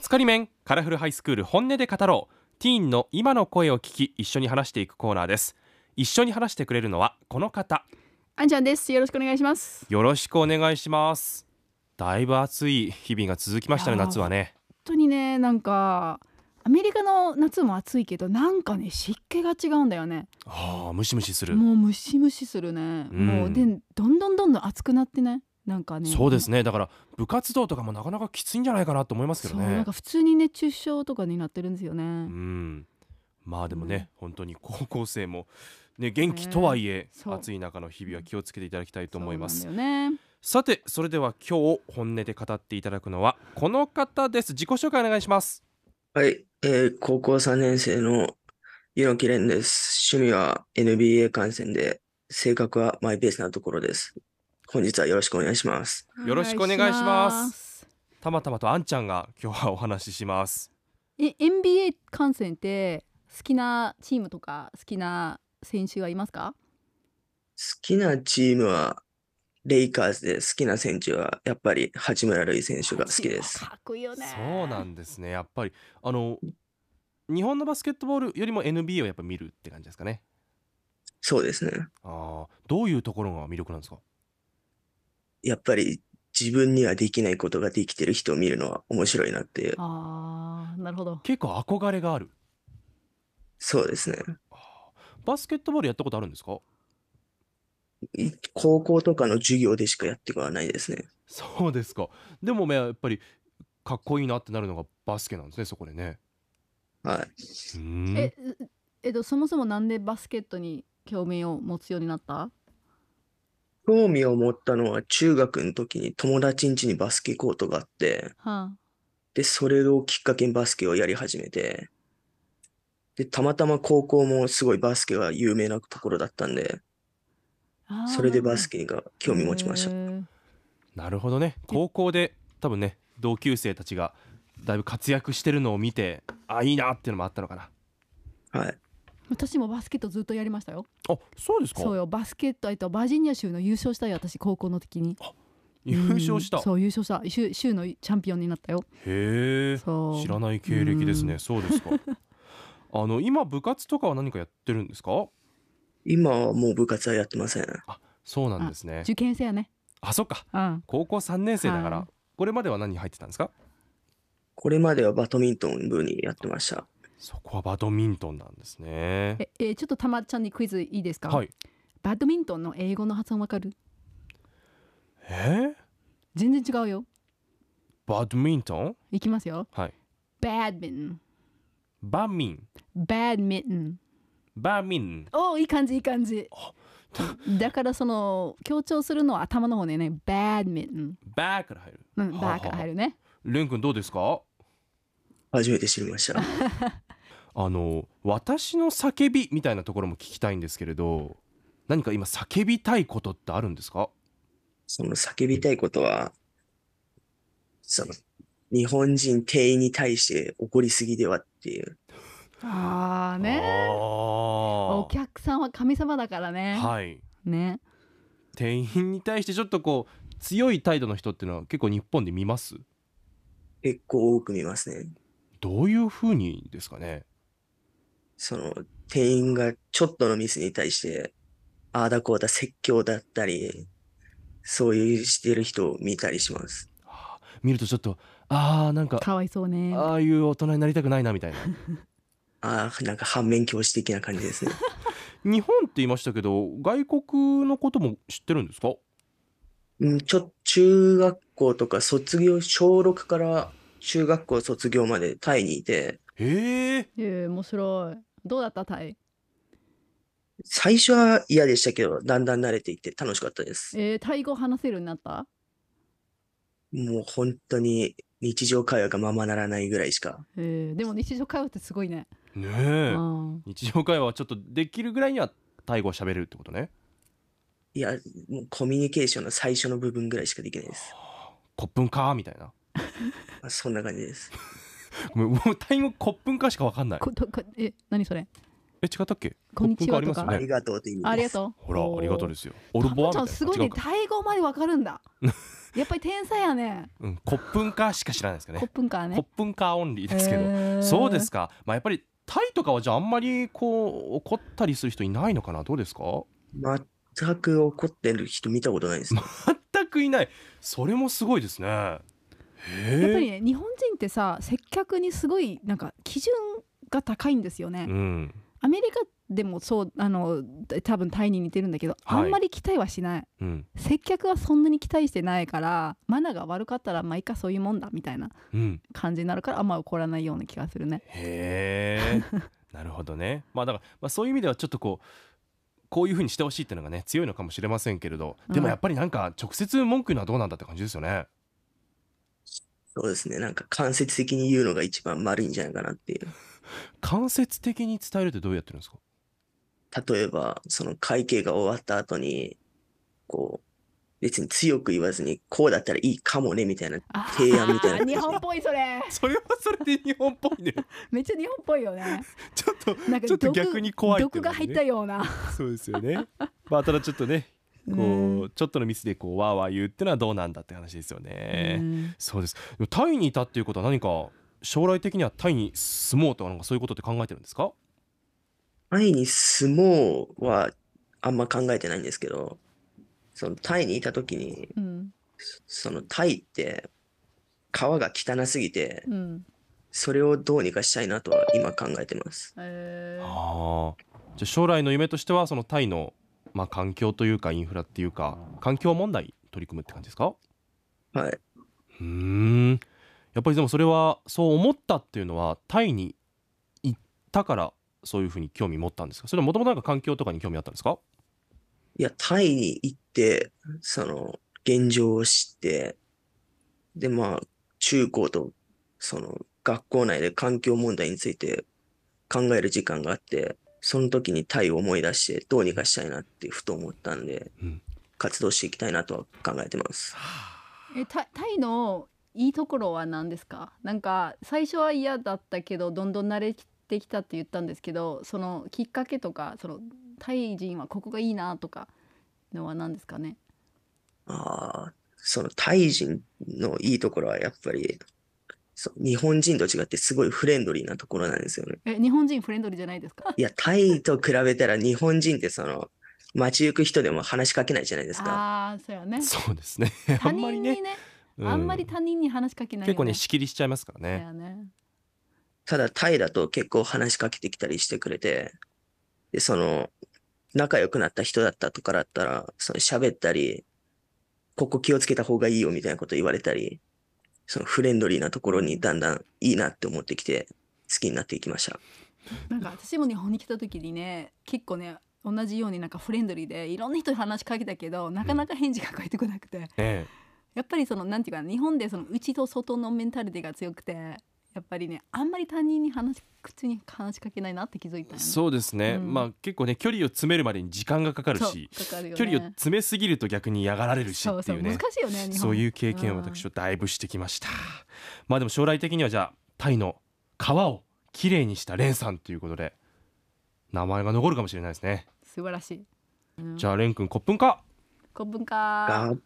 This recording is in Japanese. つかり面カラフルハイスクール本音で語ろうティーンの今の声を聞き一緒に話していくコーナーです一緒に話してくれるのはこの方あんちゃんです。よろしくお願いします。よろしくお願いしますだいぶ暑い日々が続きましたねいやー夏はね本当にね、なんかアメリカの夏も暑いけど、なんかね湿気が違うんだよね。ああムシムシするもうムシムシするね。うんもうでどんどんどんどん暑くなってね。なんかね。そうですね。ねだから部活動とかもなかなかきついんじゃないかなと思いますけそどうなねんか普通に熱中症とかになってるんですよね。うんまあでもね、本当に高校生もね元気とはいえ、そう暑い中の日々は気をつけていただきたいと思いますそうなんだよね。さてそれでは今日本音で語っていただくのはこの方です自己紹介お願いしますはい、えー高校3年生の柚木蓮です。趣味は NBA 観戦で、性格はマイペースなところです。本日はよろしくお願いします。よろしくお願いしますす。たまたまとあんちゃんが今日はお話ししますえ、NBA 観戦って好きなチームとか好きな選手はいますか？好きなチームはレイカーズで、好きな選手はやっぱり八村塁選手が好きです。かっこいいよね。そうなんですねやっぱりあの日本のバスケットボールよりも NBA をやっぱ見るって感じですかねそうですね。あーどういうところが魅力なんですかやっぱり自分にはできないことができてる人を見るのは面白いなっていう。ああ、なるほど。結構憧れがあるそうですね。バスケットボールやったことあるんですかい高校とかの授業でしかやってはないですね。そうですかでもねやっぱりかっこいいなってなるのがバスケなんですねそこでねはい。うーんえ、うえっと、そもそもなんでバスケットに興味を持つようになった。興味を持ったのは中学の時に友達ん家にバスケコートがあって、はで、それをきっかけにバスケをやり始めて、で、たまたま高校もすごいバスケが有名なところだったんで、あ。それでバスケケが興味持ちました。なるほどね高校で多分ね同級生たちがだいぶ活躍してるのを見てあいいなっていうのもあったのかなはい。私もバスケットずっとやりましたよ。あそうですかそうよ、バスケット、えっと、バージニア州の優勝したよ、私高校の時に。優勝した、うんそう、優勝した、州、州のチャンピオンになったよ。へえそう。知らない経歴ですね、うそうです かあの今部活とかは何かやってるんですか今はもう部活はやってません。そうなんですね受験生やね。あそっかうん。高校3年生だから、はいこれまでは何入ってたんですかこれまではバドミントン部にやってました。そこはバドミントンなんですねえ、えーちょっとたまちゃんにクイズいいですか。はいバドミントンの英語の発音わかる。えー全然違うよ。バドミントンいきますよ。はいバドミンバミントン。バドミントン。バミンおーいい感じいい感じあだからその強調するのは頭の方でねバドミンバーから入るトン、うん、はあはあバーから入るねレン君どうですか初めて知りました。あの私の叫びみたいなところも聞きたいんですけれど何か今叫びたいことってあるんですかその叫びたいことは、その、日本人店員に対して怒りすぎではっていう。あああねおー客さんは神様だからね、はいね店員に対してちょっとこう強い態度の人っていうのは結構日本で見ます結構多く見ますね。どういう風にですかねその、店員がちょっとのミスに対して、ああだこうだ説教だったり、そういうしてる人を見たりします。あー見るとちょっとああなんかかわいそうねああいう大人になりたくないなみたいな ああ、なんか反面教師的な感じですね。日本って言いましたけど外国のことも知ってるんですかうん、ちょ、中学校とか卒業、小6から中学校卒業までタイにいて、へええー、面白いどうだったタイ最初は嫌でしたけど、だんだん慣れていって楽しかったです。えー、タイ語話せるようになったもう本当に日常会話がままならないぐらいしか。えー、でも日常会話ってすごいね、ねうえん、日常会話はちょっとできるぐらいにはタイ語を喋れるってことねいや、もうコミュニケーションの最初の部分ぐらいしかできないです。コップンカーみたいなまあそんな感じです。ごめんもうタイ語コップンカーしかわかんないことこえ何それえ違ったっけこんにちはコップンカーあありりますよねがとうって意味ありでがす。とうほらありがとううですよオルボアみちたいゃんなすごいね違うか タイ語までわかるんだやっぱり天才やねうん、コップンカーしか知らないですかねコップンカーコねップンカーオンリーですけど、どそうですかまあやっぱりタイとかはじゃああんまりこう怒ったりする人いないのかなどうですか全く怒ってる人見たことないです。全くいないそれもすごいですねへえやっぱりね日本人ってさ接客にすごいなんか基準が高いんですよね、うんアメリカでもそうあの多分タイに似てるんだけど、はいあんまり期待はしないうん接客はそんなに期待してないからマナーが悪かったらまあいいかそういうもんだみたいなうん感じになるからあんま怒らないような気がするね へえなるほどねまあだから、まあ、そういう意味ではちょっとこうこういうふうにしてほしいっていうのがね強いのかもしれませんけれどでもやっぱりなんか直接文句言うのはどうなんだって感じですよね、そうですね。なんか間接的に言うのが一番丸いんじゃないかなっていう。間接的に伝えるってどうやってるんですか例えば、その会計が終わった後に、こう、別に強く言わずに、こうだったらいいかもね、みたいな。あー提案みたいな日本っぽいそれそれはそれで日本っぽいねめっちゃ日本っぽいよね ちょっとなんかちょっと毒逆に怖いってい毒うのがもね入ったようなそうですよねまあただちょっとねこうちょっとのミスでこうわーわー言うってのはどうなんだって話ですよね、うんそうです。でもタイにいたっていうことは何か将来的にはタイに住もうとかなんかそういうことって考えてるんですか？前に相撲はあんま考えてないんですけど、そのタイにいた時に、うんそのタイって川が汚すぎて、うんそれをどうにかしたいなとは今考えてます。えーああ。じゃあ将来の夢としてはそのタイのまあ環境というかインフラっていうか環境問題に取り組むって感じですか？はい。うーん。やっぱりでもそれはそう思ったっていうのはタイに行ったからそういうふうに興味持ったんですか？それはもともとなんか環境とかに興味あったんですか？いや、タイに行って、その、現状を知って、で、まあ、中高と、その、学校内で環境問題について考える時間があって、その時にタイを思い出して、どうにかしたいなってふと思ったんでうん、活動していきたいなとは考えてます。えタタイのいいところは何ですかなんか最初は嫌だったけどどんどん慣れてきたって言ったんですけどそのきっかけとかそのタイ人はここがいいなとかのは何ですかねああ、そのタイ人のいいところはやっぱり、そう日本人と違ってすごいフレンドリーなところなんですよね。え日本人フレンドリーじゃないですかいや、タイと比べたら日本人ってその、街行く人でも話しかけないじゃないですか。ああーそうや ねそうですね。あ 他んま人りにね。ねうあんまり他人に話しかけないよ、結構ね仕切りしちゃいますからそうね。やねただタイだと結構話しかけてきたりしてくれて、で、その、仲良くなった人だったとかだったら、その喋ったり、ここ気をつけた方がいいよみたいなこと言われたり、そのフレンドリーなところにだんだんいいなって思ってきて、好きになっていきました。なんか私も日本に来た時にね結構ね同じようになんかフレンドリーでいろんな人に話しかけたけどなかなか返事が返ってこなくて、ええやっぱりそのなんていうかな日本でその内と外のメンタリティが強くてやっぱりねあんまり他人に話し口に話しかけないなって気づいたよねそうですね、うんまあ結構ね距離を詰めるまでに時間がかかるそうし、かかるよね距離を詰めすぎると逆に嫌がられるしそっうてそいううね難しいよね日本そういう経験を私はだいぶしてきました、まあでも将来的にはじゃあタイの川をきれいにしたレンさんということで名前が残るかもしれないですね、素晴らしい、うん、じゃあレン君コップンか古文化が